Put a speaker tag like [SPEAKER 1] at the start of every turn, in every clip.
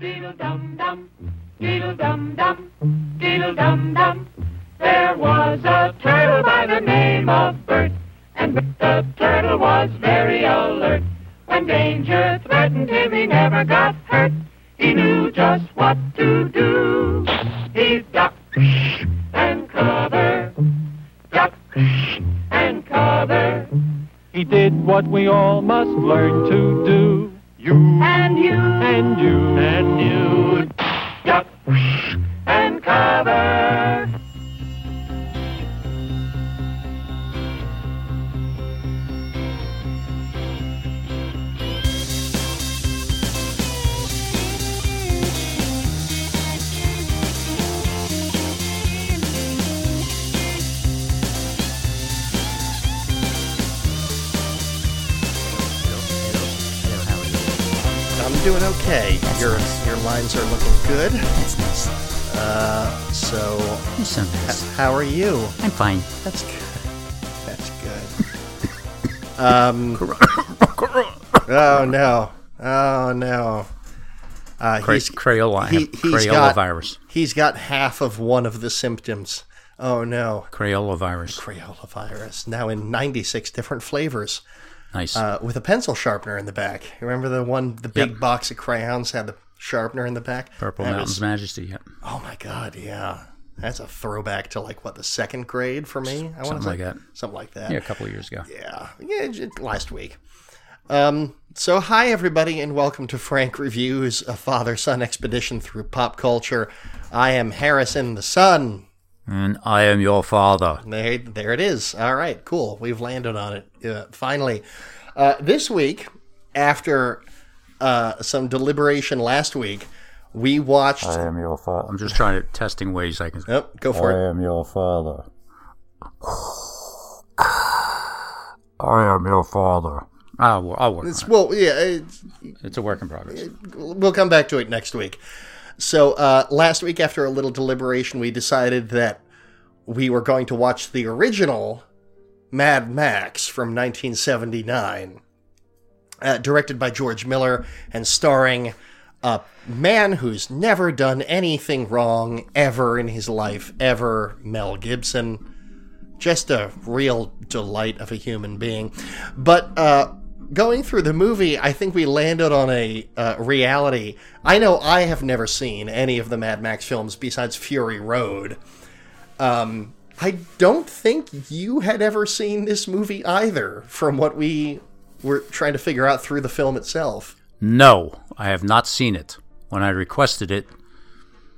[SPEAKER 1] diddle dum dum, diddle dum dum, diddle dum dum. There was a turtle by the name of Bert, and Bert the turtle was very alert. When danger threatened him, he never got hurt. He knew just what to do. He ducked and cover, ducked and cover.
[SPEAKER 2] He did what we all must learn to do. You
[SPEAKER 1] And you
[SPEAKER 2] and you and you.
[SPEAKER 1] duck and cover.
[SPEAKER 3] I'm doing okay. your your lines are looking good.
[SPEAKER 4] That's nice.
[SPEAKER 3] Uh, so
[SPEAKER 4] That's so nice.
[SPEAKER 3] how are you?
[SPEAKER 4] I'm fine.
[SPEAKER 3] That's good. That's good. Um, oh no! Oh no! Uh,
[SPEAKER 4] Cray-
[SPEAKER 3] he's-
[SPEAKER 4] Crayola,
[SPEAKER 3] he- he's
[SPEAKER 4] Crayola
[SPEAKER 3] got-
[SPEAKER 4] virus.
[SPEAKER 3] He's got half of one of the symptoms. Oh no!
[SPEAKER 4] Crayola virus.
[SPEAKER 3] Crayola virus now in 96 different flavors.
[SPEAKER 4] Nice.
[SPEAKER 3] uh, with a pencil sharpener in the back. Remember the one, the big
[SPEAKER 4] Yep.
[SPEAKER 3] box of crayons had the sharpener in the back?
[SPEAKER 4] Purple
[SPEAKER 3] That
[SPEAKER 4] Mountain's
[SPEAKER 3] was-
[SPEAKER 4] Majesty. Yep.
[SPEAKER 3] oh my God, yeah. That's a throwback to like, what, the second grade for me? I wanna
[SPEAKER 4] Something
[SPEAKER 3] say-
[SPEAKER 4] like that.
[SPEAKER 3] Something like that.
[SPEAKER 4] Yeah, a couple of years ago.
[SPEAKER 3] Yeah. Yeah, j- last week. Um, so, hi, everybody, and welcome to Frank Reviews, a father son expedition through pop culture. I am Harrison the Son.
[SPEAKER 4] And I am your father.
[SPEAKER 3] There, there it is. All right, cool. We've landed on it uh, finally. Uh, this week, after uh, some deliberation last week, we watched.
[SPEAKER 5] I am your father.
[SPEAKER 4] I'm just trying to testing ways I can.
[SPEAKER 3] Oh, go
[SPEAKER 5] I
[SPEAKER 3] for it.
[SPEAKER 5] am your father. I am your father.
[SPEAKER 4] Ah, well, I'll work. on
[SPEAKER 3] It's, well, yeah, uh, it's,
[SPEAKER 4] it. It's a work in progress.
[SPEAKER 3] we'll come back to it next week. So uh, last week, after a little deliberation, we decided that we were going to watch the original Mad Max from 1979, uh, directed by George Miller and starring a man who's never done anything wrong ever in his life, ever, Mel Gibson just a real delight of a human being. But uh, going through the movie, I think we landed on a uh, reality. I know I have never seen any of the Mad Max films besides Fury Road. Um, I don't think you had ever seen this movie either, from what we were trying to figure out through the film itself.
[SPEAKER 4] No, I have not seen it. When I requested it,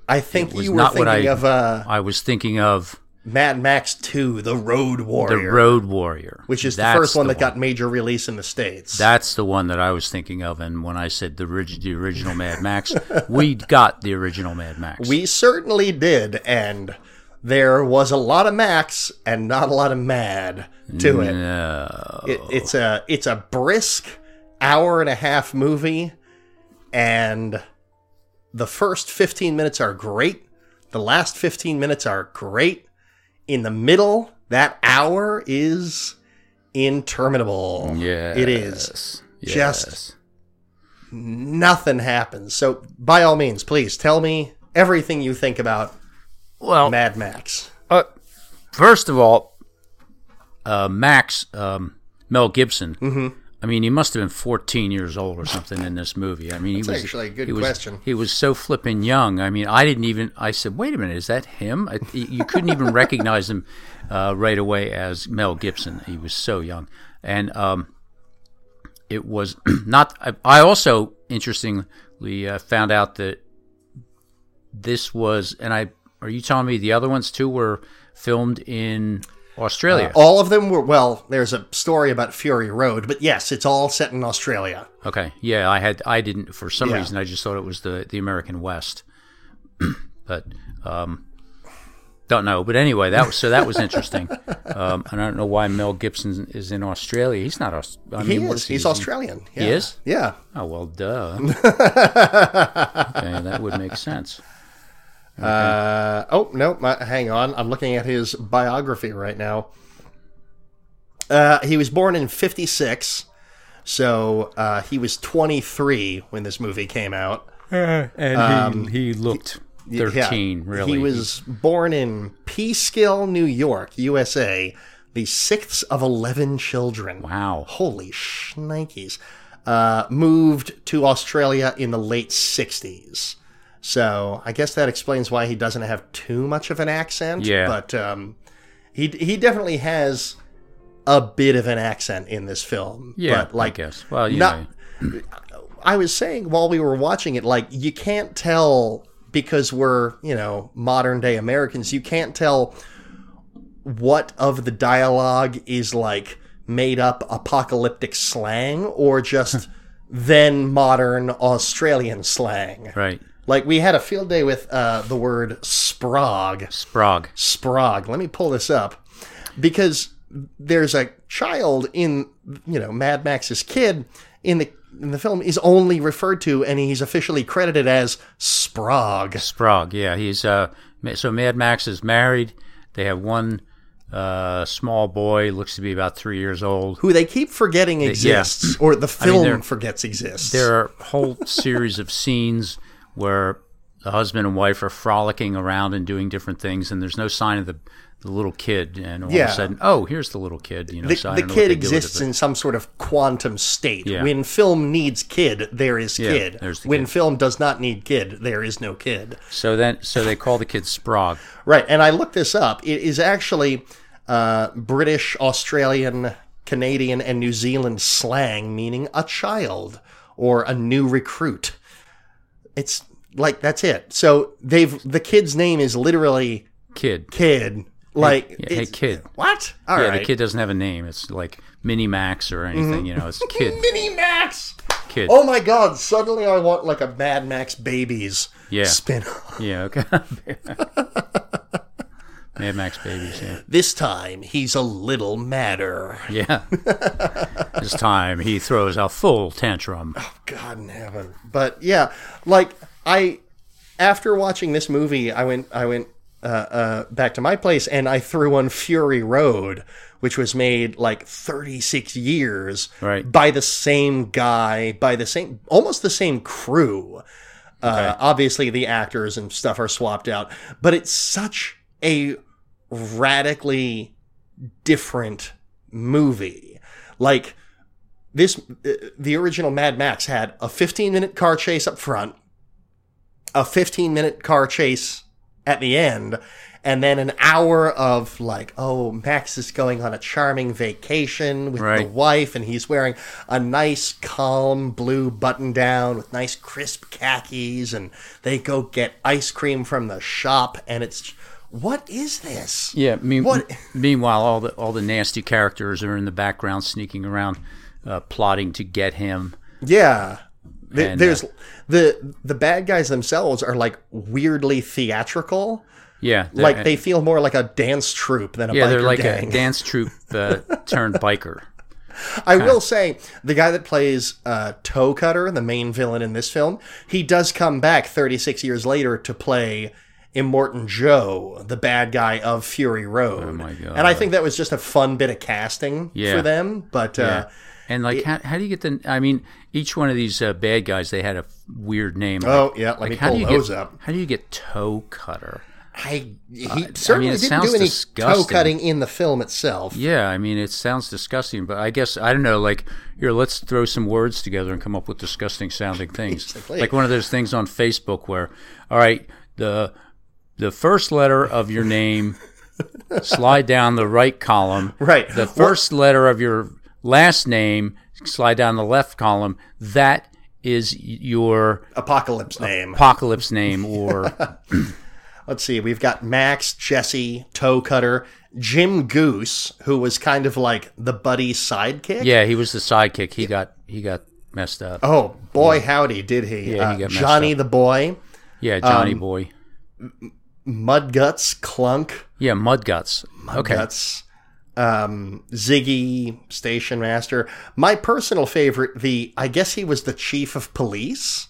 [SPEAKER 3] I think
[SPEAKER 4] was
[SPEAKER 3] you were
[SPEAKER 4] not what
[SPEAKER 3] thinking
[SPEAKER 4] I-
[SPEAKER 3] of uh,
[SPEAKER 4] I was thinking of
[SPEAKER 3] Mad Max 2, The Road
[SPEAKER 4] the
[SPEAKER 3] Warrior,
[SPEAKER 4] Road Warrior,
[SPEAKER 3] which is the
[SPEAKER 4] That's
[SPEAKER 3] first one that got major release in the States.
[SPEAKER 4] That's the one that I was thinking of, and when I said the, orig- the original Mad Max, we got the original Mad Max.
[SPEAKER 3] We certainly did, and there was a lot of Max and not a lot of Mad to it. it it's a it's a brisk hour and a half movie, and the first fifteen minutes are great. The last fifteen minutes are great. In the middle, that hour is interminable.
[SPEAKER 4] yeah,
[SPEAKER 3] it is.
[SPEAKER 4] Yes.
[SPEAKER 3] Just- Nothing happens. So, by all means, please tell me everything you think about
[SPEAKER 4] well.
[SPEAKER 3] Mad Max.
[SPEAKER 4] Uh, first of all, uh, Max um, Mel Gibson.
[SPEAKER 3] Mm-hmm.
[SPEAKER 4] I mean, he must have been 14 years old or something in this movie. I mean, he
[SPEAKER 3] That's
[SPEAKER 4] was
[SPEAKER 3] actually a good
[SPEAKER 4] he was-
[SPEAKER 3] question.
[SPEAKER 4] He was so flippin' young. I mean, I didn't even. I said, "Wait a minute, is that him?" I, you couldn't even recognize him uh, right away as Mel Gibson. He was so young, and um, it was not. I, I also interestingly uh, found out that this was, and I are you telling me the other ones too were filmed in Australia?
[SPEAKER 3] All of them were well. There's a story about Fury Road, but yes, it's all set in Australia.
[SPEAKER 4] Okay, yeah, I had I didn't for some
[SPEAKER 3] oh. Yeah.
[SPEAKER 4] reason I just thought it was the the American West, but um, don't know. But anyway, that was so that was interesting. um, and I don't know why Mel Gibson is in Australia. He's not. Aus- I
[SPEAKER 3] He
[SPEAKER 4] mean, what
[SPEAKER 3] is.
[SPEAKER 4] he?
[SPEAKER 3] He's Australian. Yeah.
[SPEAKER 4] He is.
[SPEAKER 3] Yeah.
[SPEAKER 4] Oh well, duh. okay, that would make sense.
[SPEAKER 3] Uh, oh no! My, hang on. I'm looking at his biography right now. Uh, he was born in '56, so uh, he was 23 when this movie came out.
[SPEAKER 4] and he, he looked
[SPEAKER 3] Um, Yeah,
[SPEAKER 4] 13, really.
[SPEAKER 3] He was born in Peekskill, New York, USA, the sixth of 11 children.
[SPEAKER 4] Wow.
[SPEAKER 3] Holy shnikes. Uh, moved to Australia in the late 60s. So I guess that explains why he doesn't have too much of an accent.
[SPEAKER 4] Yeah.
[SPEAKER 3] But um, he, he definitely has a bit of an accent in this film.
[SPEAKER 4] Yeah,
[SPEAKER 3] But, like,
[SPEAKER 4] I guess. Well, you
[SPEAKER 3] not-
[SPEAKER 4] know,
[SPEAKER 3] I was saying while we were watching it, like you can't tell because we're you know modern day Americans, you can't tell what of the dialogue is like made up apocalyptic slang or just then modern Australian slang.
[SPEAKER 4] right.
[SPEAKER 3] Like we had a field day with uh, the word sprog.
[SPEAKER 4] Sprague.
[SPEAKER 3] Sprague. Let me pull this up because there's a child in you know Mad Max's kid in the in the film is only referred to and he's officially credited as Sprague.
[SPEAKER 4] Sprague, yeah. He's uh, ma- so Mad Max is married. They have one uh, small boy, looks to be about three years old.
[SPEAKER 3] Who they keep forgetting exists, or the film forgets exists.
[SPEAKER 4] There are a whole series of scenes where the husband and wife are frolicking around and doing different things, and there's no sign of the, the little kid. And all of
[SPEAKER 3] Yeah.
[SPEAKER 4] a sudden, oh, here's the little kid. You know,
[SPEAKER 3] the,
[SPEAKER 4] so I
[SPEAKER 3] the
[SPEAKER 4] don't know what
[SPEAKER 3] kid
[SPEAKER 4] they do with it,
[SPEAKER 3] exists
[SPEAKER 4] but-
[SPEAKER 3] in some sort of quantum state.
[SPEAKER 4] Yeah.
[SPEAKER 3] When film needs kid, there is kid.
[SPEAKER 4] there's the
[SPEAKER 3] when
[SPEAKER 4] kid.
[SPEAKER 3] film does not need kid, there is no kid.
[SPEAKER 4] So then, so they call the kid Sprague.
[SPEAKER 3] Right, and I looked this up. It is actually uh, British, Australian, Canadian, and New Zealand slang meaning a child or a new recruit. It's like that's it. So they've the kid's name is literally
[SPEAKER 4] Kid.
[SPEAKER 3] kid. Like
[SPEAKER 4] yeah, hey,
[SPEAKER 3] it's-
[SPEAKER 4] kid.
[SPEAKER 3] What? All right,
[SPEAKER 4] yeah, the kid doesn't have a name. It's like Mini Max or anything. You know, it's kid.
[SPEAKER 3] Mini Max.
[SPEAKER 4] Kid.
[SPEAKER 3] Oh my God! Suddenly I want like a Mad Max Babies
[SPEAKER 4] Yeah.
[SPEAKER 3] spin
[SPEAKER 4] Yeah. Okay. Mad Max babies. Yeah.
[SPEAKER 3] This time he's a little madder.
[SPEAKER 4] Yeah. this time he throws a full tantrum.
[SPEAKER 3] God in heaven. But yeah, like I, after watching this movie, I went, I went uh, uh, back to my place and I threw on Fury Road, which was made like 36 years
[SPEAKER 4] Right.
[SPEAKER 3] by the same guy, by the same, almost the same crew. Uh, obviously, the actors and stuff are swapped out, but it's such a radically different movie. Like this, uh, the original Mad Max had a 15 minute car chase up front, a 15 minute car chase at the end, and then an hour of like, oh, Max is going on a charming vacation with the
[SPEAKER 4] Right.
[SPEAKER 3] wife, and he's wearing a nice, calm blue button down with nice, crisp khakis, and they go get ice cream from the shop, and it's what is this?
[SPEAKER 4] Yeah. Mean,
[SPEAKER 3] What-
[SPEAKER 4] Meanwhile, all the all the nasty characters are in the background, sneaking around, uh, plotting to get him.
[SPEAKER 3] Yeah. Th-
[SPEAKER 4] And, uh,
[SPEAKER 3] There's the the bad guys themselves are like weirdly theatrical.
[SPEAKER 4] Yeah. they're-
[SPEAKER 3] Like they feel more like a dance troupe than a
[SPEAKER 4] Yeah,
[SPEAKER 3] biker
[SPEAKER 4] they're like
[SPEAKER 3] gang.
[SPEAKER 4] a dance troupe uh, turned biker.
[SPEAKER 3] I will say the guy that plays uh, Toe Cutter, the main villain in this film, he does come back 36 years later to play Immortan Joe, the bad guy of Fury Road. Oh
[SPEAKER 4] my God.
[SPEAKER 3] And I think that was just a fun bit of casting
[SPEAKER 4] Yeah.
[SPEAKER 3] for them. But uh,
[SPEAKER 4] And like, how, how do you get the? I mean, each one of these uh, bad guys, they had a weird name.
[SPEAKER 3] oh yeah, let me
[SPEAKER 4] how do
[SPEAKER 3] pull
[SPEAKER 4] you
[SPEAKER 3] those
[SPEAKER 4] get,
[SPEAKER 3] up.
[SPEAKER 4] How do you get toe cutter?
[SPEAKER 3] I he certainly
[SPEAKER 4] it
[SPEAKER 3] didn't
[SPEAKER 4] sounds
[SPEAKER 3] do any toe
[SPEAKER 4] disgusting.
[SPEAKER 3] cutting in the film itself.
[SPEAKER 4] Yeah, I mean, it sounds disgusting, but I guess I don't know. Like, here, let's throw some words together and come up with disgusting sounding things.
[SPEAKER 3] Basically.
[SPEAKER 4] Like one of those things on Facebook where, all right, the the first letter of your name, slide down the right column.
[SPEAKER 3] Right.
[SPEAKER 4] The first letter of your last name, slide down the left column. That is y- your
[SPEAKER 3] Apocalypse name.
[SPEAKER 4] apocalypse name or
[SPEAKER 3] Let's see. We've got Max, Jesse, Toe Cutter, Jim Goose, who was kind of like the buddy sidekick.
[SPEAKER 4] yeah he was the sidekick he got he got messed up
[SPEAKER 3] Oh boy, howdy did he?
[SPEAKER 4] Yeah,
[SPEAKER 3] Uh,
[SPEAKER 4] he got messed
[SPEAKER 3] Johnny the Boy,
[SPEAKER 4] yeah johnny
[SPEAKER 3] Um,
[SPEAKER 4] boy
[SPEAKER 3] Mudguts, Clunk,
[SPEAKER 4] yeah mudguts okay
[SPEAKER 3] Guts, um, Ziggy, Station Master. My personal favorite, the I guess he was the chief of police,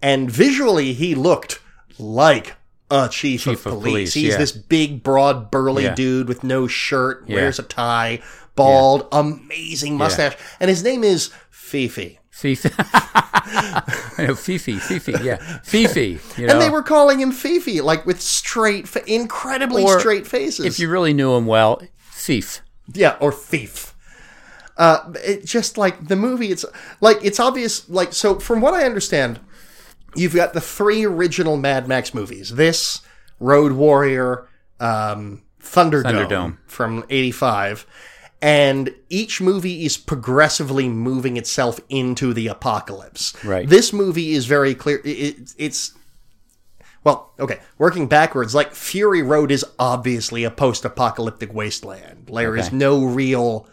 [SPEAKER 3] and visually he looked like a chief, of,
[SPEAKER 4] of
[SPEAKER 3] police.
[SPEAKER 4] police,
[SPEAKER 3] He's
[SPEAKER 4] yeah.
[SPEAKER 3] this big, broad, burly
[SPEAKER 4] Yeah.
[SPEAKER 3] dude with no shirt,
[SPEAKER 4] Yeah.
[SPEAKER 3] wears a tie, bald, amazing mustache, and his name is Fifi.
[SPEAKER 4] Fifi. I know, Fifi, Fifi, yeah. Fifi. You know?
[SPEAKER 3] And they were calling him Fifi, like with straight, fa- incredibly
[SPEAKER 4] Or
[SPEAKER 3] straight faces.
[SPEAKER 4] if you really knew him well, thief.
[SPEAKER 3] Yeah, or thief. Uh, it just like the movie. It's like it's obvious. Like so, from what I understand, you've got the three original Mad Max movies: this, Road Warrior, um, Thunderdome,
[SPEAKER 4] Thunderdome.
[SPEAKER 3] from '85, and each movie is progressively moving itself into the apocalypse.
[SPEAKER 4] Right.
[SPEAKER 3] This movie is very clear. It, it's well, okay, working backwards, like Fury Road is obviously a post apocalyptic wasteland. There is
[SPEAKER 4] Okay.
[SPEAKER 3] no real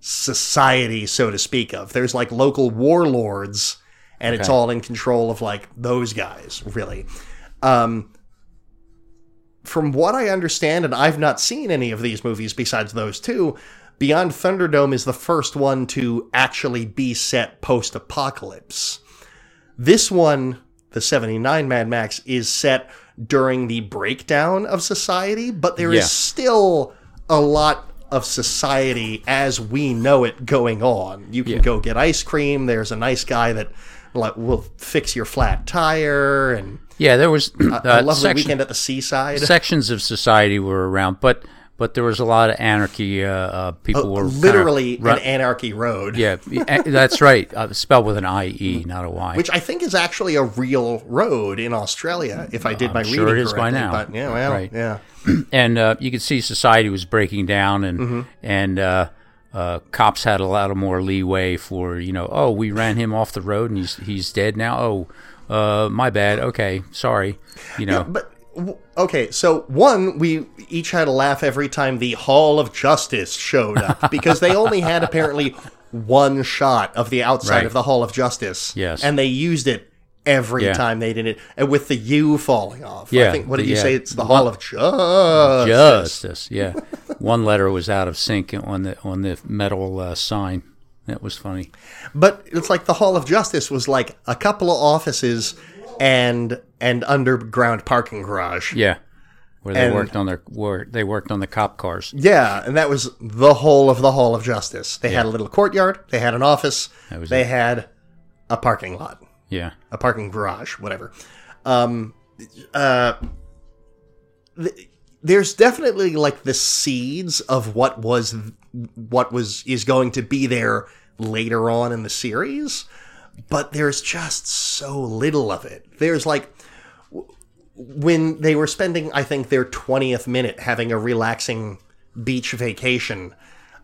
[SPEAKER 3] society, so to speak, of. There's like local warlords, and it's
[SPEAKER 4] Okay.
[SPEAKER 3] all in control of like those guys, really. Um, from what I understand, and I've not seen any of these movies besides those two, Beyond Thunderdome is the first one to actually be set post apocalypse. This one, the 79 Mad Max, is set during the breakdown of society, but there is
[SPEAKER 4] Yeah.
[SPEAKER 3] still a lot of society as we know it going on. You can
[SPEAKER 4] Yeah.
[SPEAKER 3] go get ice cream. There's a nice guy that like, will fix your flat tire and
[SPEAKER 4] Yeah, there was uh,
[SPEAKER 3] a lovely
[SPEAKER 4] section-
[SPEAKER 3] weekend at the seaside.
[SPEAKER 4] sections of society were around, but but there was a lot of anarchy. Uh, uh, people were kinda
[SPEAKER 3] Literally
[SPEAKER 4] run-
[SPEAKER 3] an anarchy road.
[SPEAKER 4] yeah, a- that's right. Uh, spelled with an I E, not a Y.
[SPEAKER 3] Which I think is actually a real road in Australia, if I did my
[SPEAKER 4] sure
[SPEAKER 3] reading
[SPEAKER 4] it is by
[SPEAKER 3] correctly.
[SPEAKER 4] now.
[SPEAKER 3] But yeah, well,
[SPEAKER 4] Right.
[SPEAKER 3] yeah.
[SPEAKER 4] and uh, you could see society was breaking down, and
[SPEAKER 3] Mm-hmm.
[SPEAKER 4] and uh, uh, cops had a lot of more leeway for you know, oh, we ran him off the road and he's he's dead now. Oh, uh, my bad. Okay, sorry. You know,
[SPEAKER 3] But w- okay, so one, we each had a laugh every time the Hall of Justice showed up because they only had apparently one shot of the outside
[SPEAKER 4] Right.
[SPEAKER 3] of the Hall of Justice.
[SPEAKER 4] Yes.
[SPEAKER 3] and they used it every
[SPEAKER 4] Yeah.
[SPEAKER 3] time they did it, and with the U falling off. I
[SPEAKER 4] Yeah,
[SPEAKER 3] think what did
[SPEAKER 4] the-
[SPEAKER 3] you
[SPEAKER 4] yeah.
[SPEAKER 3] say? It's the Hall of Justice.
[SPEAKER 4] justice. Yeah, one letter was out of sync on the on the metal uh, sign. That was funny.
[SPEAKER 3] But it's like the Hall of Justice was like a couple of offices and and underground parking garage.
[SPEAKER 4] Yeah, where they
[SPEAKER 3] And-
[SPEAKER 4] worked on their where they worked on the cop cars.
[SPEAKER 3] Yeah, and that was the whole of the Hall of Justice. They had a little courtyard, they had an office,
[SPEAKER 4] was
[SPEAKER 3] they
[SPEAKER 4] it.
[SPEAKER 3] had a parking lot,
[SPEAKER 4] Yeah,
[SPEAKER 3] a parking garage, whatever. Um, uh, th- there's definitely like the seeds of what was what was is going to be there later on in the series, but there's just so little of it. There's like when they were spending, I think, their 20th minute having a relaxing beach vacation,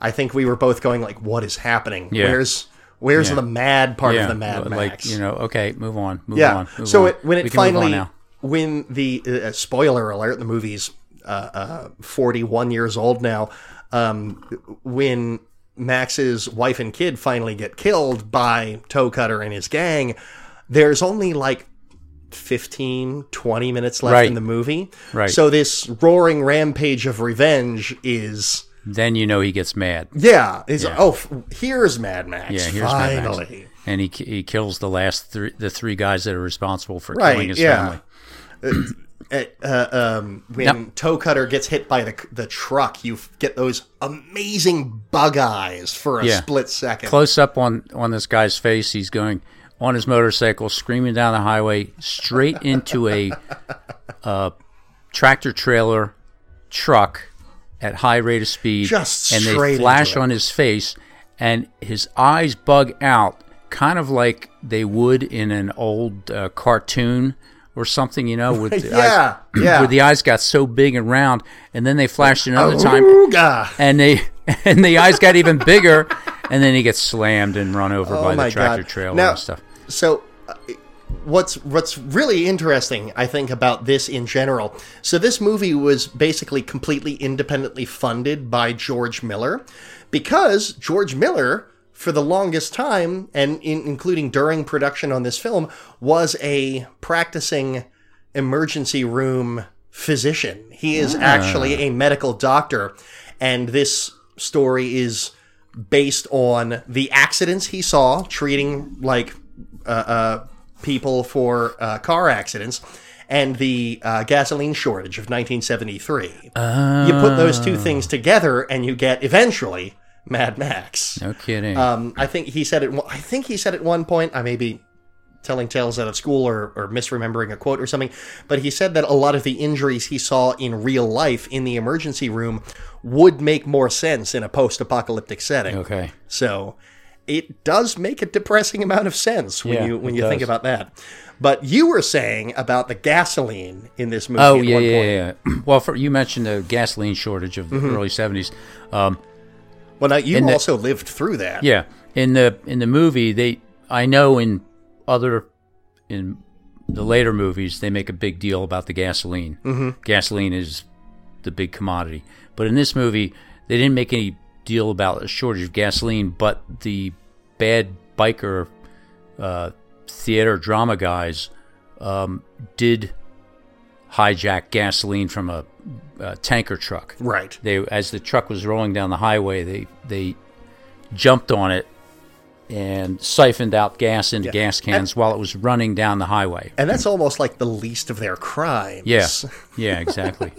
[SPEAKER 3] I think we were both going like, "What is happening?
[SPEAKER 4] Yeah.
[SPEAKER 3] Where's where's
[SPEAKER 4] Yeah.
[SPEAKER 3] the mad part
[SPEAKER 4] yeah.
[SPEAKER 3] of the Mad
[SPEAKER 4] like
[SPEAKER 3] Max?"
[SPEAKER 4] you know, okay, move on, move
[SPEAKER 3] yeah.
[SPEAKER 4] on. move
[SPEAKER 3] so
[SPEAKER 4] on.
[SPEAKER 3] It, when it
[SPEAKER 4] We can move on
[SPEAKER 3] finally,
[SPEAKER 4] now.
[SPEAKER 3] when the uh, spoiler alert, the movie's uh, uh, 41 years old now. Um, when Max's wife and kid finally get killed by Toe Cutter and his gang, there's only like 15, 20 minutes left
[SPEAKER 4] Right.
[SPEAKER 3] in the movie.
[SPEAKER 4] Right.
[SPEAKER 3] So this roaring rampage of revenge is.
[SPEAKER 4] then you know he gets mad.
[SPEAKER 3] Yeah, is oh f- here's Mad Max
[SPEAKER 4] Yeah, here's Mad Max.
[SPEAKER 3] finally.
[SPEAKER 4] and he he kills the last three the three guys that are responsible for
[SPEAKER 3] right
[SPEAKER 4] killing his
[SPEAKER 3] yeah
[SPEAKER 4] family.
[SPEAKER 3] Uh, uh, um, when toe cutter gets hit by the, the truck you f- get those amazing bug eyes for a
[SPEAKER 4] Yeah.
[SPEAKER 3] split second
[SPEAKER 4] Close up on on this guy's face, he's going on his motorcycle, screaming down the highway, straight into a uh, tractor trailer truck at high rate of speed.
[SPEAKER 3] Just
[SPEAKER 4] and
[SPEAKER 3] straight
[SPEAKER 4] they
[SPEAKER 3] into
[SPEAKER 4] flash
[SPEAKER 3] it.
[SPEAKER 4] on his face, and his eyes bug out, kind of like they would in an old uh, cartoon. Or something, you know, with the
[SPEAKER 3] Yeah,
[SPEAKER 4] eyes,
[SPEAKER 3] yeah.
[SPEAKER 4] where the eyes got so big and round, and then they flashed another
[SPEAKER 3] Oh.
[SPEAKER 4] time,
[SPEAKER 3] Ooga.
[SPEAKER 4] and they and the eyes got even bigger, and then he gets slammed and run over by
[SPEAKER 3] Oh my
[SPEAKER 4] the tractor
[SPEAKER 3] God.
[SPEAKER 4] trailer
[SPEAKER 3] Now-
[SPEAKER 4] and stuff.
[SPEAKER 3] so uh, what's what's really interesting i think about this in general so this movie was basically completely independently funded by george miller because george miller for the longest time and in, including during production on this film was a practicing emergency room physician he is actually a medical doctor and this story is based on the accidents he saw treating like uh, uh, people for uh, car accidents and the uh, gasoline
[SPEAKER 4] Ah.
[SPEAKER 3] shortage of 1973. you put those two things together and you get eventually Mad Max.
[SPEAKER 4] No kidding.
[SPEAKER 3] Um, I think he said it. I think he said at one point. I may be telling tales out of school or, or misremembering a quote or something, but he said that a lot of the injuries he saw in real life in the emergency room would make more sense in a post-apocalyptic setting.
[SPEAKER 4] okay.
[SPEAKER 3] So it does make a depressing amount of sense when
[SPEAKER 4] Yeah,
[SPEAKER 3] you when
[SPEAKER 4] it
[SPEAKER 3] you think
[SPEAKER 4] does.
[SPEAKER 3] about that. But you were saying about the gasoline in this movie.
[SPEAKER 4] Oh
[SPEAKER 3] at
[SPEAKER 4] yeah,
[SPEAKER 3] one
[SPEAKER 4] yeah,
[SPEAKER 3] point. Mm-hmm.
[SPEAKER 4] yeah. Well, for, you mentioned the gasoline shortage of the early seventies. Um,
[SPEAKER 3] Well, now you
[SPEAKER 4] And the-
[SPEAKER 3] also lived through that.
[SPEAKER 4] yeah, in the in the movie, they I know in other in the later movies they make a big deal about the gasoline. Mm-hmm. Gasoline is the big commodity, but in this movie they didn't make any deal about a shortage of gasoline. But the bad biker uh, theater drama guys um, did hijack gasoline from a, a tanker truck
[SPEAKER 3] Right.
[SPEAKER 4] they as the truck was rolling down the highway they they jumped on it and siphoned out gas into gas cans while it was running down the highway
[SPEAKER 3] And that's almost like the least of their crimes.
[SPEAKER 4] yeah yeah exactly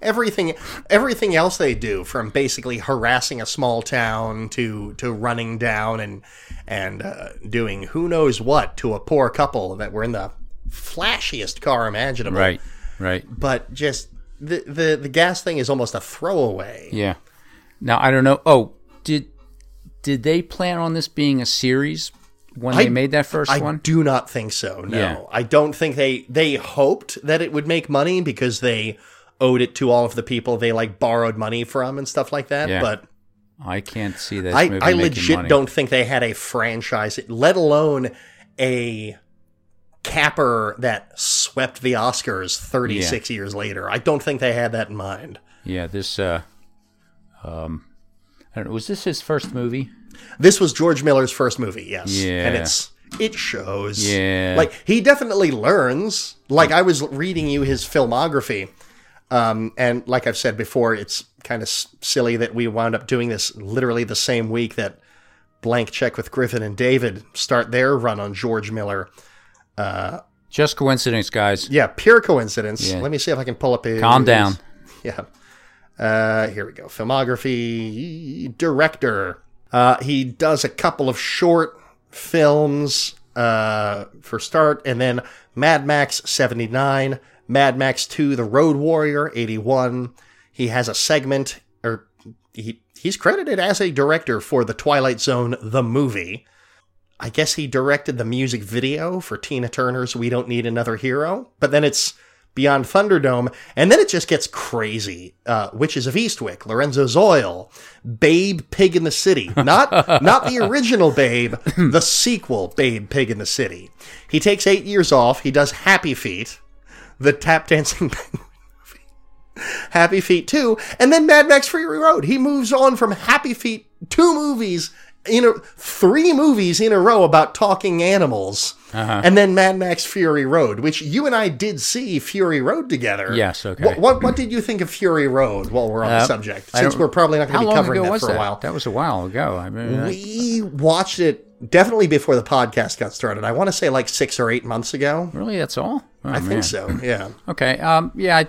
[SPEAKER 3] everything everything else they do from basically harassing a small town to to running down and and uh, doing who knows what to a poor couple that were in the flashiest car imaginable
[SPEAKER 4] right right
[SPEAKER 3] but just the, the the gas thing is almost a throwaway
[SPEAKER 4] yeah now i don't know oh did did they plan on this being a series when
[SPEAKER 3] I-
[SPEAKER 4] they made that first
[SPEAKER 3] I
[SPEAKER 4] one
[SPEAKER 3] do not think so. No,
[SPEAKER 4] Yeah.
[SPEAKER 3] I don't think they they hoped that it would make money because they owed it to all of the people they like borrowed money from and stuff like that.
[SPEAKER 4] Yeah.
[SPEAKER 3] But
[SPEAKER 4] i can't see this
[SPEAKER 3] I,
[SPEAKER 4] movie
[SPEAKER 3] I
[SPEAKER 4] making
[SPEAKER 3] legit
[SPEAKER 4] money.
[SPEAKER 3] don't think they had a franchise, let alone a capper that swept the Oscars 36 years later. I don't think they had that in mind.
[SPEAKER 4] yeah this uh um I don't know, was this his first movie
[SPEAKER 3] This was George Miller's first movie, yes.
[SPEAKER 4] Yeah.
[SPEAKER 3] And it's it shows.
[SPEAKER 4] Yeah.
[SPEAKER 3] Like he definitely learns. Like I was reading you his filmography. Um, and like I've said before, it's kind of s- silly that we wound up doing this literally the same week that Blank Check with Griffin and David start their run on George Miller.
[SPEAKER 4] just coincidence guys
[SPEAKER 3] Yeah, pure coincidence.
[SPEAKER 4] Yeah.
[SPEAKER 3] Let me see if I can pull up his.
[SPEAKER 4] calm down
[SPEAKER 3] Yeah. Uh, here we go. Filmography director. Uh, he does a couple of short films uh, for start, and then Mad Max 79, Mad Max 2, The Road Warrior 81. He has a segment, or he, he's credited as a director for The Twilight Zone, the movie. I guess he directed the music video for Tina Turner's We Don't Need Another Hero, but then it's Beyond Thunderdome, and then it just gets crazy. Uh, Witches of Eastwick, Lorenzo Zoil, Babe Pig in the City. Not not the original Babe, the sequel, Babe Pig in the City. He takes eight years off. He does Happy Feet, the tap dancing penguin movie, Happy Feet 2, and then Mad Max Fury Road. He moves on from Happy Feet, two movies in a, three movies in a row about talking animals.
[SPEAKER 4] Uh-huh.
[SPEAKER 3] And then Mad Max Fury Road, which you and I did see Fury Road together.
[SPEAKER 4] Yes, okay.
[SPEAKER 3] What what, what did you think of Fury Road while we're on the
[SPEAKER 4] Uh,
[SPEAKER 3] subject?
[SPEAKER 4] I
[SPEAKER 3] Since
[SPEAKER 4] don't-
[SPEAKER 3] we're probably not going
[SPEAKER 4] How
[SPEAKER 3] to be
[SPEAKER 4] long
[SPEAKER 3] covering
[SPEAKER 4] ago
[SPEAKER 3] that
[SPEAKER 4] was
[SPEAKER 3] for
[SPEAKER 4] that?
[SPEAKER 3] a while.
[SPEAKER 4] That was a while ago. I mean, I-
[SPEAKER 3] we watched it definitely before the podcast got started. I want to say like six or eight months ago.
[SPEAKER 4] really, that's all. Oh,
[SPEAKER 3] I think so. Yeah.
[SPEAKER 4] Okay. Um, yeah. I,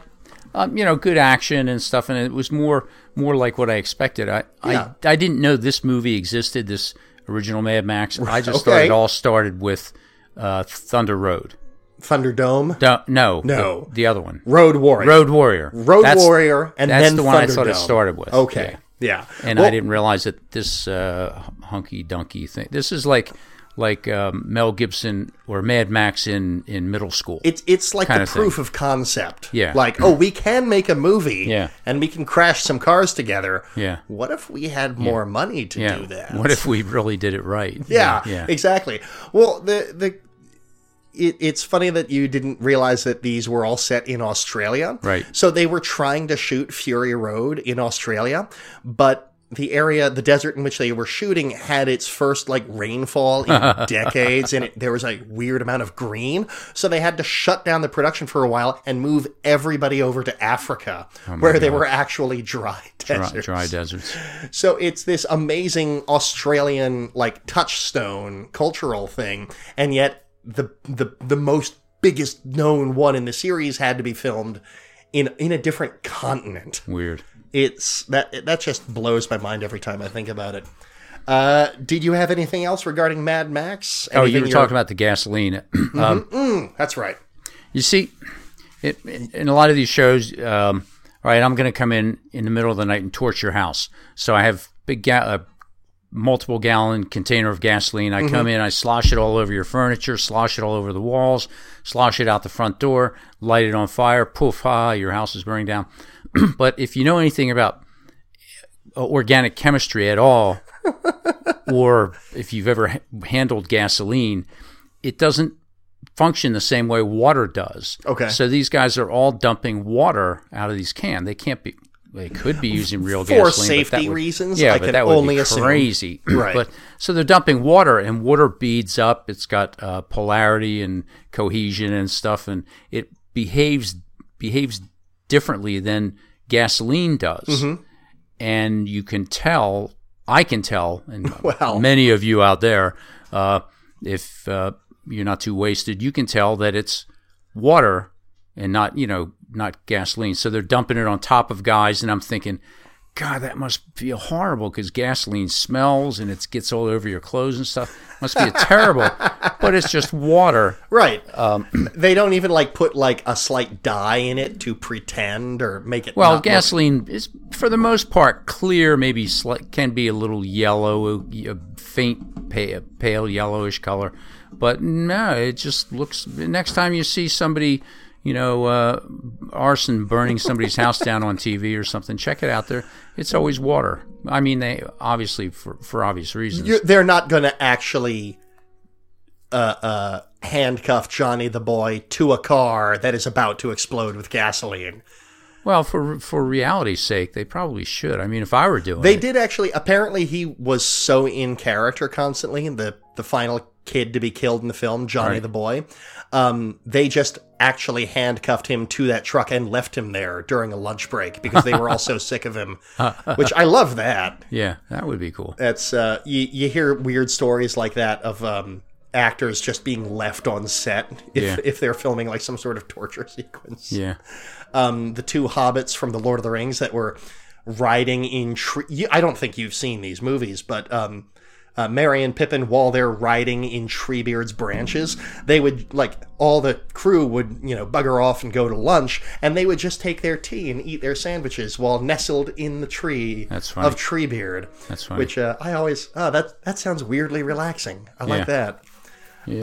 [SPEAKER 4] um, you know, good action and stuff, and it was more more like what I expected. I
[SPEAKER 3] Yeah.
[SPEAKER 4] I, I didn't know this movie existed. This original Mad Max. I just thought
[SPEAKER 3] okay.
[SPEAKER 4] it all started with uh, Thunder Road.
[SPEAKER 3] Thunderdome,
[SPEAKER 4] Do- no,
[SPEAKER 3] No.
[SPEAKER 4] the, the other one,
[SPEAKER 3] Road Warrior,
[SPEAKER 4] Road Warrior.
[SPEAKER 3] Road
[SPEAKER 4] That's-
[SPEAKER 3] Warrior, and
[SPEAKER 4] that's
[SPEAKER 3] then
[SPEAKER 4] the one I thought it
[SPEAKER 3] Thunderdome.
[SPEAKER 4] started with.
[SPEAKER 3] Okay.
[SPEAKER 4] Yeah.
[SPEAKER 3] Yeah.
[SPEAKER 4] and
[SPEAKER 3] Well,
[SPEAKER 4] I didn't realize that this uh, hunky dunky thing. This is like like um, Mel Gibson or Mad Max in in middle school.
[SPEAKER 3] It's it's like
[SPEAKER 4] Kinda
[SPEAKER 3] the
[SPEAKER 4] thing.
[SPEAKER 3] proof of concept.
[SPEAKER 4] Yeah.
[SPEAKER 3] Like, oh, we can make a movie.
[SPEAKER 4] Yeah.
[SPEAKER 3] And we can crash some cars together.
[SPEAKER 4] Yeah.
[SPEAKER 3] What if we had more money to
[SPEAKER 4] yeah.
[SPEAKER 3] do that?
[SPEAKER 4] What if we really did it right?
[SPEAKER 3] yeah,
[SPEAKER 4] yeah,
[SPEAKER 3] exactly. Well, the the it, it's funny that you didn't realize that these were all set in Australia.
[SPEAKER 4] Right.
[SPEAKER 3] So they were trying to shoot Fury Road in Australia, but the area, the desert in which they were shooting, had its first like rainfall in decades, and it, there was a weird amount of green. So they had to shut down the production for a while and move everybody over to Africa, where they were actually dry
[SPEAKER 4] Oh Dry,
[SPEAKER 3] deserts.
[SPEAKER 4] dry deserts.
[SPEAKER 3] So it's this amazing Australian like touchstone cultural thing, and yet the the the most biggest known one in the series had to be filmed in in a different continent.
[SPEAKER 4] Weird.
[SPEAKER 3] It's that that just blows my mind every time I think about it. Uh, did you have anything else regarding Mad Max?
[SPEAKER 4] Oh, you
[SPEAKER 3] Anything
[SPEAKER 4] were
[SPEAKER 3] you're-
[SPEAKER 4] talking about the gasoline.
[SPEAKER 3] That's right.
[SPEAKER 4] You see, it, in a lot of these shows, um, all right, I'm going to come in in the middle of the night and torch your house. So I have big, ga- uh, multiple gallon container of gasoline. I
[SPEAKER 3] Mm-hmm.
[SPEAKER 4] come in, I slosh it all over your furniture, slosh it all over the walls, slosh it out the front door, light it on fire. Poof! Ha! Your house is burning down. but if you know anything about uh, organic chemistry at all, or if you've ever h- handled gasoline, it doesn't function the same way water does.
[SPEAKER 3] Okay.
[SPEAKER 4] So these guys are all dumping water out of these cans. They can't be. They could be using real
[SPEAKER 3] For
[SPEAKER 4] gasoline but that
[SPEAKER 3] safety
[SPEAKER 4] would-
[SPEAKER 3] reasons,
[SPEAKER 4] Yeah,
[SPEAKER 3] I
[SPEAKER 4] but
[SPEAKER 3] can
[SPEAKER 4] that would
[SPEAKER 3] only
[SPEAKER 4] be
[SPEAKER 3] assume.
[SPEAKER 4] crazy.
[SPEAKER 3] Right.
[SPEAKER 4] But so they're dumping water, and water beads up. It's got uh, polarity and cohesion and stuff, and it behaves behaves differently than gasoline does. And you can tell, I can tell, and
[SPEAKER 3] Wow.
[SPEAKER 4] many of you out there, uh, if uh, you're not too wasted, you can tell that it's water and not you know not gasoline. So they're dumping it on top of guys, and I'm thinking. God, that must feel horrible because gasoline smells and it gets all over your clothes and stuff. Must be terrible, but it's just water.
[SPEAKER 3] Right.
[SPEAKER 4] Um,
[SPEAKER 3] they don't even like put like a slight dye in it to pretend or make it.
[SPEAKER 4] Well,
[SPEAKER 3] not look-
[SPEAKER 4] gasoline is for the most part clear, maybe sli- can be a little yellow, a a faint pale, pale yellowish color, but no, it just looks. Next time you see somebody, you know, uh, arson burning somebody's house down on TV or something, check it out. There, it's always water. I mean, they obviously for for obvious reasons.
[SPEAKER 3] You're- they're not going to actually uh, uh, handcuff Johnny the boy to a car that is about to explode with gasoline.
[SPEAKER 4] Well, for for reality's sake, they probably should. I mean, if I were doing
[SPEAKER 3] They
[SPEAKER 4] it,
[SPEAKER 3] did actually. Apparently, he was so in character constantly. in The the final kid to be killed in the film, Johnny the Boy. Um, they just actually handcuffed him to that truck and left him there during a lunch break because they were all so sick of him. Which I love that.
[SPEAKER 4] yeah, that would be cool.
[SPEAKER 3] That's uh, you you hear weird stories like that of um, actors just being left on set if
[SPEAKER 4] Yeah.
[SPEAKER 3] if they're filming like some sort of torture sequence
[SPEAKER 4] Yeah,
[SPEAKER 3] um, the two hobbits from the Lord of the Rings that were riding in tree. You, I don't think you've seen these movies, but um, uh, Merry and Pippin, while they're riding in Treebeard's branches, they would like all the crew would you know bugger off and go to lunch, and they would just take their tea and eat their sandwiches while nestled in the tree
[SPEAKER 4] That's funny.
[SPEAKER 3] of Treebeard.
[SPEAKER 4] That's funny.
[SPEAKER 3] Which uh, I always oh that that sounds weirdly relaxing. I like
[SPEAKER 4] Yeah.
[SPEAKER 3] that.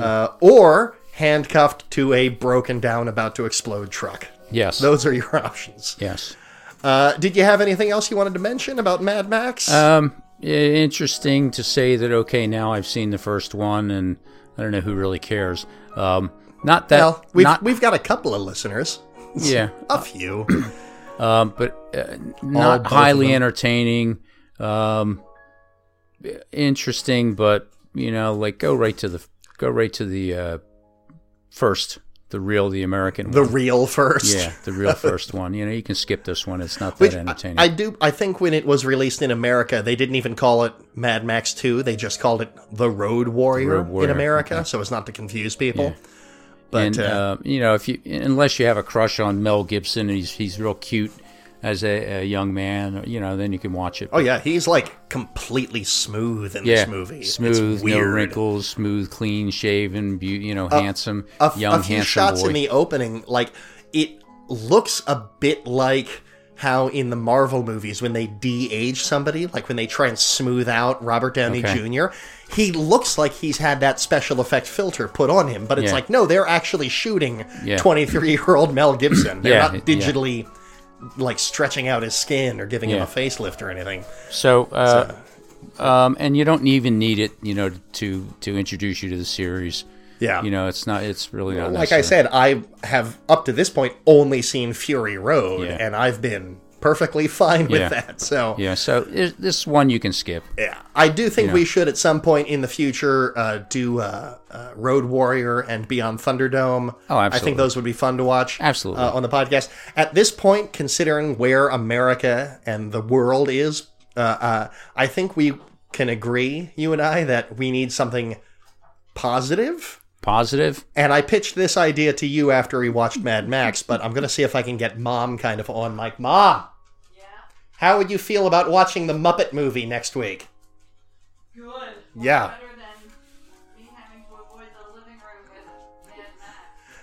[SPEAKER 3] Uh, or handcuffed to a broken down, about to explode truck.
[SPEAKER 4] yes,
[SPEAKER 3] Those are your options.
[SPEAKER 4] yes.
[SPEAKER 3] Uh, did you have anything else you wanted to mention about Mad Max?
[SPEAKER 4] Um, i- interesting to say that. Okay, now I've seen the first one, and I don't know who really cares. Um, not that.
[SPEAKER 3] well, we've,
[SPEAKER 4] not, Uh,
[SPEAKER 3] we've got a couple of listeners.
[SPEAKER 4] yeah,
[SPEAKER 3] A few.
[SPEAKER 4] um, but uh, not
[SPEAKER 3] both of
[SPEAKER 4] highly
[SPEAKER 3] them.
[SPEAKER 4] entertaining. Um, interesting, but you know, like go right to the go right to the uh, first, the real, the American.
[SPEAKER 3] the
[SPEAKER 4] one.
[SPEAKER 3] real first.
[SPEAKER 4] Yeah, the real first one. You know, you can skip this one. It's not that
[SPEAKER 3] Which I,
[SPEAKER 4] entertaining.
[SPEAKER 3] I do. I think when it was released in America, they didn't even call it Mad Max Two. They just called it The Road Warrior,
[SPEAKER 4] Road Warrior,
[SPEAKER 3] in America, so as not to confuse people. But
[SPEAKER 4] and
[SPEAKER 3] uh,
[SPEAKER 4] uh, you know, if you unless you have a crush on Mel Gibson, and he's he's real cute as a, a young man. You know, then you can watch it.
[SPEAKER 3] oh yeah, he's like completely smooth in
[SPEAKER 4] yeah,
[SPEAKER 3] this movie. It's
[SPEAKER 4] smooth, no
[SPEAKER 3] weird.
[SPEAKER 4] wrinkles, smooth, clean shaven, beau you know, handsome,
[SPEAKER 3] a, f-
[SPEAKER 4] young,
[SPEAKER 3] a few
[SPEAKER 4] handsome
[SPEAKER 3] shots
[SPEAKER 4] boy.
[SPEAKER 3] in the opening like it looks a bit like how in the Marvel movies when they de-age somebody like when they try and smooth out Robert Downey
[SPEAKER 4] Okay.
[SPEAKER 3] Jr. he looks like he's had that special effect filter put on him but it's
[SPEAKER 4] Yeah.
[SPEAKER 3] like no they're actually shooting
[SPEAKER 4] Yeah.
[SPEAKER 3] 23-year-old Mel Gibson they're
[SPEAKER 4] Yeah,
[SPEAKER 3] not
[SPEAKER 4] yeah.
[SPEAKER 3] digitally like stretching out his skin or giving him
[SPEAKER 4] Yeah.
[SPEAKER 3] a facelift or anything
[SPEAKER 4] so, uh, um, and you don't even need it, you know, to to introduce you to the series.
[SPEAKER 3] yeah
[SPEAKER 4] You know, it's not. It's really not.
[SPEAKER 3] like I
[SPEAKER 4] necessary.
[SPEAKER 3] said, I have up to this point only seen Fury Road,
[SPEAKER 4] Yeah.
[SPEAKER 3] and I've been perfectly fine with
[SPEAKER 4] Yeah.
[SPEAKER 3] that. So
[SPEAKER 4] Yeah. So i- this one you can skip.
[SPEAKER 3] yeah. I do think we should at some point in the future uh, do uh, uh, Road Warrior and Beyond Thunderdome.
[SPEAKER 4] Oh,
[SPEAKER 3] I think
[SPEAKER 4] absolutely.
[SPEAKER 3] those would be fun to watch.
[SPEAKER 4] Absolutely.
[SPEAKER 3] uh, on the podcast at this point, considering where America and the world is, uh, uh, I think we can agree, you and I, that we need something positive.
[SPEAKER 4] Positive.
[SPEAKER 3] And I pitched this idea to you after we watched Mad Max, but I'm going to see if I can get mom kind of on. Like, mom, How would you feel about watching the Muppet movie next week?
[SPEAKER 6] Good.
[SPEAKER 3] Yeah.
[SPEAKER 6] Better than me having to avoid the living room with Mad Max.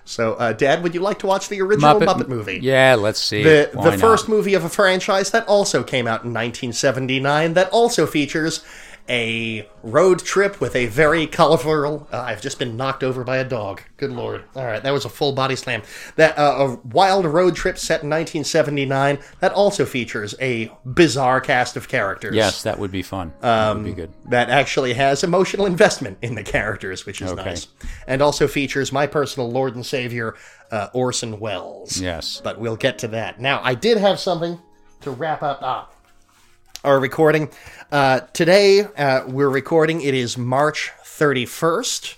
[SPEAKER 3] So, uh, Dad, would you like to watch the original Muppet, movie?
[SPEAKER 4] Yeah, let's see.
[SPEAKER 3] The,
[SPEAKER 4] it. Why
[SPEAKER 3] the
[SPEAKER 4] not?
[SPEAKER 3] first movie of a franchise that also came out in 1979 that also features a road trip with a very colorful. Uh, I've just been knocked over by a dog. Good lord! All right, that was a full body slam. That uh, a wild road trip set in 1979 that also features a bizarre cast of characters.
[SPEAKER 4] Yes, that would be fun. that
[SPEAKER 3] um,
[SPEAKER 4] would be good.
[SPEAKER 3] that actually has emotional investment in the characters, which is
[SPEAKER 4] Okay.
[SPEAKER 3] nice, and also features my personal Lord and Savior, uh, Orson Welles.
[SPEAKER 4] Yes.
[SPEAKER 3] But we'll get to that. Now, I did have something to wrap up ah, our recording. Uh, today, uh, we're recording. It is March 31st.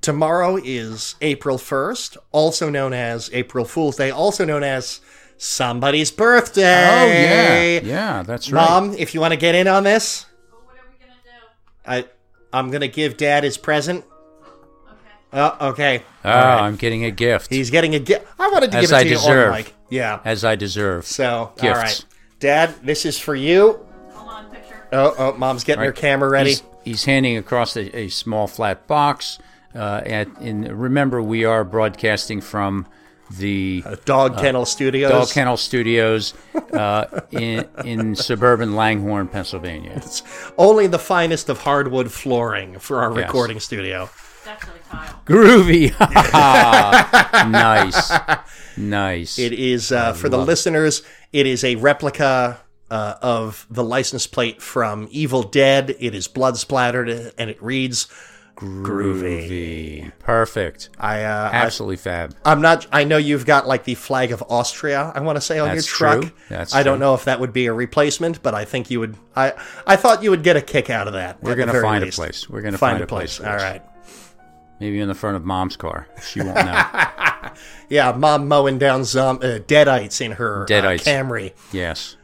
[SPEAKER 3] Tomorrow is April 1st, also known as April Fool's Day, also known as somebody's
[SPEAKER 4] Oh
[SPEAKER 3] birthday.
[SPEAKER 4] yeah, yeah, that's right.
[SPEAKER 3] Mom, if you want to get in on this,
[SPEAKER 6] But what are we gonna do?
[SPEAKER 3] I I'm gonna give Dad his present.
[SPEAKER 6] Okay.
[SPEAKER 3] Uh, okay,
[SPEAKER 4] oh, I'm getting a gift
[SPEAKER 3] he's getting a gift. I wanted to
[SPEAKER 4] As
[SPEAKER 3] give it
[SPEAKER 4] I
[SPEAKER 3] to you on
[SPEAKER 4] deserve.
[SPEAKER 3] Mike. Yeah.
[SPEAKER 4] as I deserve.
[SPEAKER 3] so all
[SPEAKER 4] Gifts.
[SPEAKER 3] right, Dad, this is for you.
[SPEAKER 6] Hold on, picture.
[SPEAKER 3] Oh, oh, Mom's getting
[SPEAKER 4] Right.
[SPEAKER 3] her camera ready.
[SPEAKER 4] He's, he's handing across a, a small flat box. Uh, at, and remember, we are broadcasting from the
[SPEAKER 3] Dog Kennel Studios.
[SPEAKER 4] uh, Dog Kennel Studios uh, in, in suburban Langhorne, Pennsylvania.
[SPEAKER 3] It's only the finest of hardwood flooring for our
[SPEAKER 4] Yes.
[SPEAKER 3] recording studio.
[SPEAKER 6] It's actually Kyle.
[SPEAKER 4] Groovy. Ah, nice. Nice.
[SPEAKER 3] It is uh, for the listeners. It is a replica uh, of the license plate from Evil Dead. It is blood splattered, uh, and it reads "Groovy."
[SPEAKER 4] Groovy. Perfect.
[SPEAKER 3] I uh, I
[SPEAKER 4] Absolutely fab.
[SPEAKER 3] I'm not. I know you've got like the flag of Austria. I want to say on
[SPEAKER 4] That's
[SPEAKER 3] your truck.
[SPEAKER 4] true. That's
[SPEAKER 3] I don't
[SPEAKER 4] true.
[SPEAKER 3] know if that would be a replacement, but I think you would. I I thought you would get a kick out of that.
[SPEAKER 4] We're
[SPEAKER 3] at the
[SPEAKER 4] gonna
[SPEAKER 3] very
[SPEAKER 4] find a
[SPEAKER 3] least.
[SPEAKER 4] place. We're gonna
[SPEAKER 3] find,
[SPEAKER 4] find
[SPEAKER 3] a
[SPEAKER 4] a place
[SPEAKER 3] place.
[SPEAKER 4] for
[SPEAKER 3] All
[SPEAKER 4] this.
[SPEAKER 3] right.
[SPEAKER 4] Maybe in the front of mom's car. She won't know.
[SPEAKER 3] Yeah, mom mowing down some uh, deadites in her
[SPEAKER 4] Deadites.
[SPEAKER 3] Uh, Camry.
[SPEAKER 4] yes.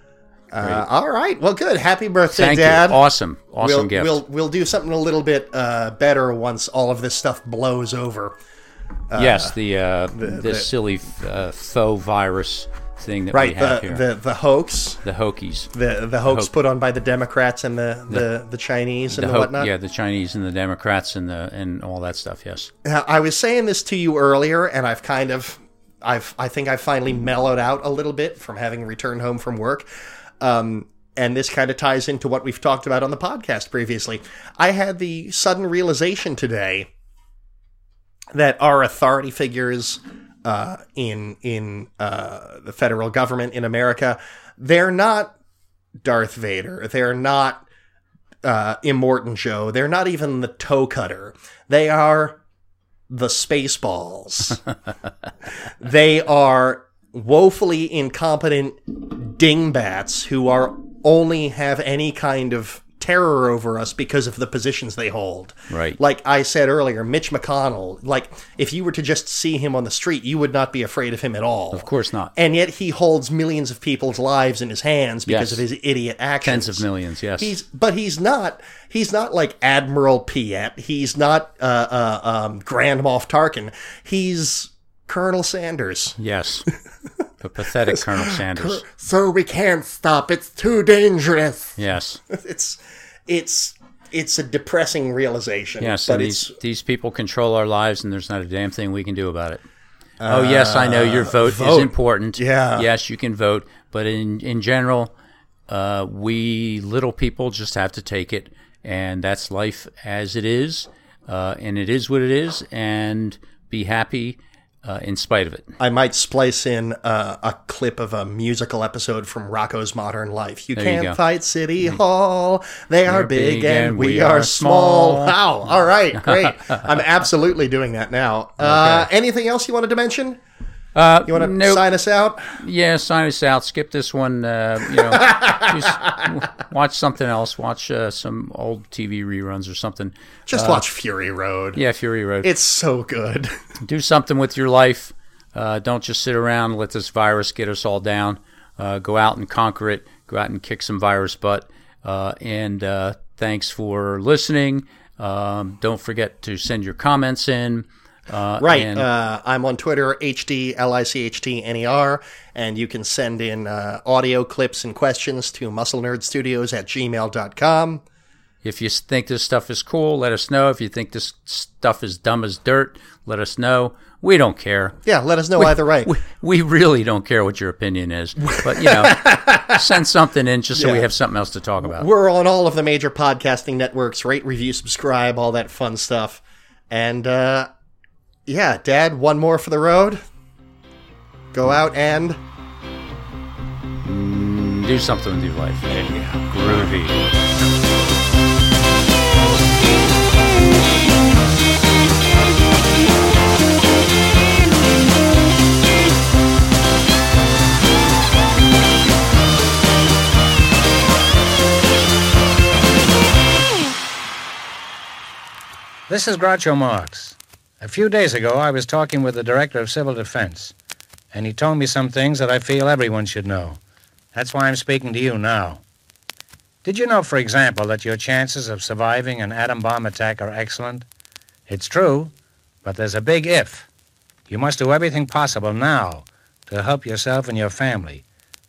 [SPEAKER 3] Uh, all right. Well, good. Happy birthday,
[SPEAKER 4] Thank
[SPEAKER 3] Dad.
[SPEAKER 4] you. Awesome. Awesome
[SPEAKER 3] we'll,
[SPEAKER 4] gift.
[SPEAKER 3] We'll we'll do something a little bit uh, better once all of this stuff blows over.
[SPEAKER 4] yes, the, uh, this
[SPEAKER 3] the-
[SPEAKER 4] silly uh, faux virus thing that we
[SPEAKER 3] Right.
[SPEAKER 4] have
[SPEAKER 3] The,
[SPEAKER 4] here.
[SPEAKER 3] the the hoax.
[SPEAKER 4] the Hokies.
[SPEAKER 3] The the hoax
[SPEAKER 4] hoax.
[SPEAKER 3] put on by the Democrats and the the, the, Chinese and the,
[SPEAKER 4] Ho-
[SPEAKER 3] whatnot.
[SPEAKER 4] yeah, the Chinese and the Democrats and the and all that stuff. Yes.
[SPEAKER 3] Now, I was saying this to you earlier, and I've kind of, I've, I think I finally mellowed out a little bit from having returned home from work. Um, and this kind of ties into what we've talked about on the podcast previously. I had the sudden realization today that our authority figures uh, in in uh, the federal government in America, they're not Darth Vader. They're not uh, Immortan Joe. They're not even the toe cutter. They are the Spaceballs. they are woefully incompetent dingbats who are only have any kind of terror over us because of the positions they hold.
[SPEAKER 4] Right.
[SPEAKER 3] Like I said earlier, Mitch McConnell, like if you were to just see him on the street, you would not be afraid of him at all.
[SPEAKER 4] Of course not.
[SPEAKER 3] And yet he holds millions of people's lives in his hands because
[SPEAKER 4] Yes.
[SPEAKER 3] of his idiot actions.
[SPEAKER 4] Tens of millions. Yes.
[SPEAKER 3] He's but he's not he's not like Admiral Piet. He's not uh, uh, um, Grand Moff Tarkin. He's Colonel Sanders.
[SPEAKER 4] yes. A pathetic Colonel Sanders.
[SPEAKER 3] So we can't stop. It's too dangerous.
[SPEAKER 4] Yes.
[SPEAKER 3] It's it's it's a depressing realization.
[SPEAKER 4] Yes.
[SPEAKER 3] but
[SPEAKER 4] and
[SPEAKER 3] it's
[SPEAKER 4] these these people control our lives, and there's not a damn thing we can do about it. oh yes, I know your vote,
[SPEAKER 3] Uh, vote.
[SPEAKER 4] is important.
[SPEAKER 3] Yeah.
[SPEAKER 4] Yes, you can vote, but in in general, uh, we little people just have to take it, and that's life as it is, uh, and it is what it is, and be happy uh, in spite of it.
[SPEAKER 3] I might splice in uh, a clip of a musical episode from Rocco's Modern Life. You
[SPEAKER 4] There you
[SPEAKER 3] can't
[SPEAKER 4] go. Mm-hmm.
[SPEAKER 3] fight City Hall. They are big, and we are small.
[SPEAKER 4] small.
[SPEAKER 3] Wow. All right. Great. I'm absolutely doing that now. Uh, anything else you wanted to mention?
[SPEAKER 4] Uh,
[SPEAKER 3] You want to
[SPEAKER 4] nope.
[SPEAKER 3] sign us out?
[SPEAKER 4] Yeah, sign us out. Skip this one. Uh, you know, just w- watch something else. Watch uh, some old TV reruns or something.
[SPEAKER 3] Just watch Fury Road.
[SPEAKER 4] Uh, Yeah, Fury Road.
[SPEAKER 3] It's so good.
[SPEAKER 4] Do something with your life. Uh, don't just sit around. and Let this virus get us all down. Uh, go out and conquer it. Go out and kick some virus butt. Uh, and uh, thanks for listening. Um, don't forget to send your comments in. Uh,
[SPEAKER 3] Right.
[SPEAKER 4] and-
[SPEAKER 3] Uh, I'm on Twitter, HDLICHTNER, E and you can send in uh, audio clips and questions to musclenerdstudios at gmail.com.
[SPEAKER 4] If you think this stuff is cool, let us know. If you think this stuff is dumb as dirt, let us know. We don't care.
[SPEAKER 3] Yeah, let us know either way.
[SPEAKER 4] We, we really don't care what your opinion is. But, you know, send something in just so we have something else to talk about.
[SPEAKER 3] We're on all of the major podcasting networks. Rate, review, subscribe, all that fun stuff. And uh, yeah, Dad, one more for the road. Go out and.
[SPEAKER 4] Do something with your life. Groovy.
[SPEAKER 7] This is Groucho Marx. A few days ago, I was talking with the director of civil defense, and he told me some things that I feel everyone should know. That's why I'm speaking to you now. Did you know, for example, that your chances of surviving an atom bomb attack are excellent? It's true, but there's a big if. You must do everything possible now to help yourself and your family.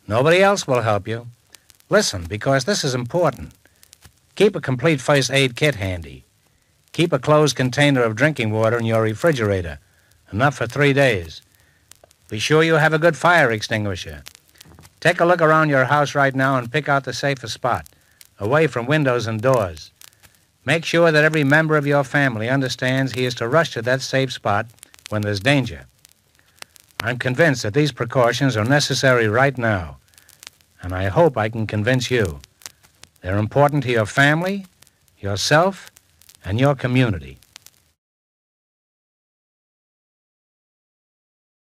[SPEAKER 7] Nobody else will help you. Listen, because this is important. Keep a complete first aid kit handy. Keep a closed container of drinking water in your refrigerator, enough for three days. Be sure you have a good fire extinguisher. Take a look around your house right now and pick out the safest spot, away from windows and doors. Make sure that every member of your family understands he is to rush to that safe spot when there's danger. I'm convinced that these precautions are necessary right now, and I hope I can convince you. They're important to your family, yourself, and your community.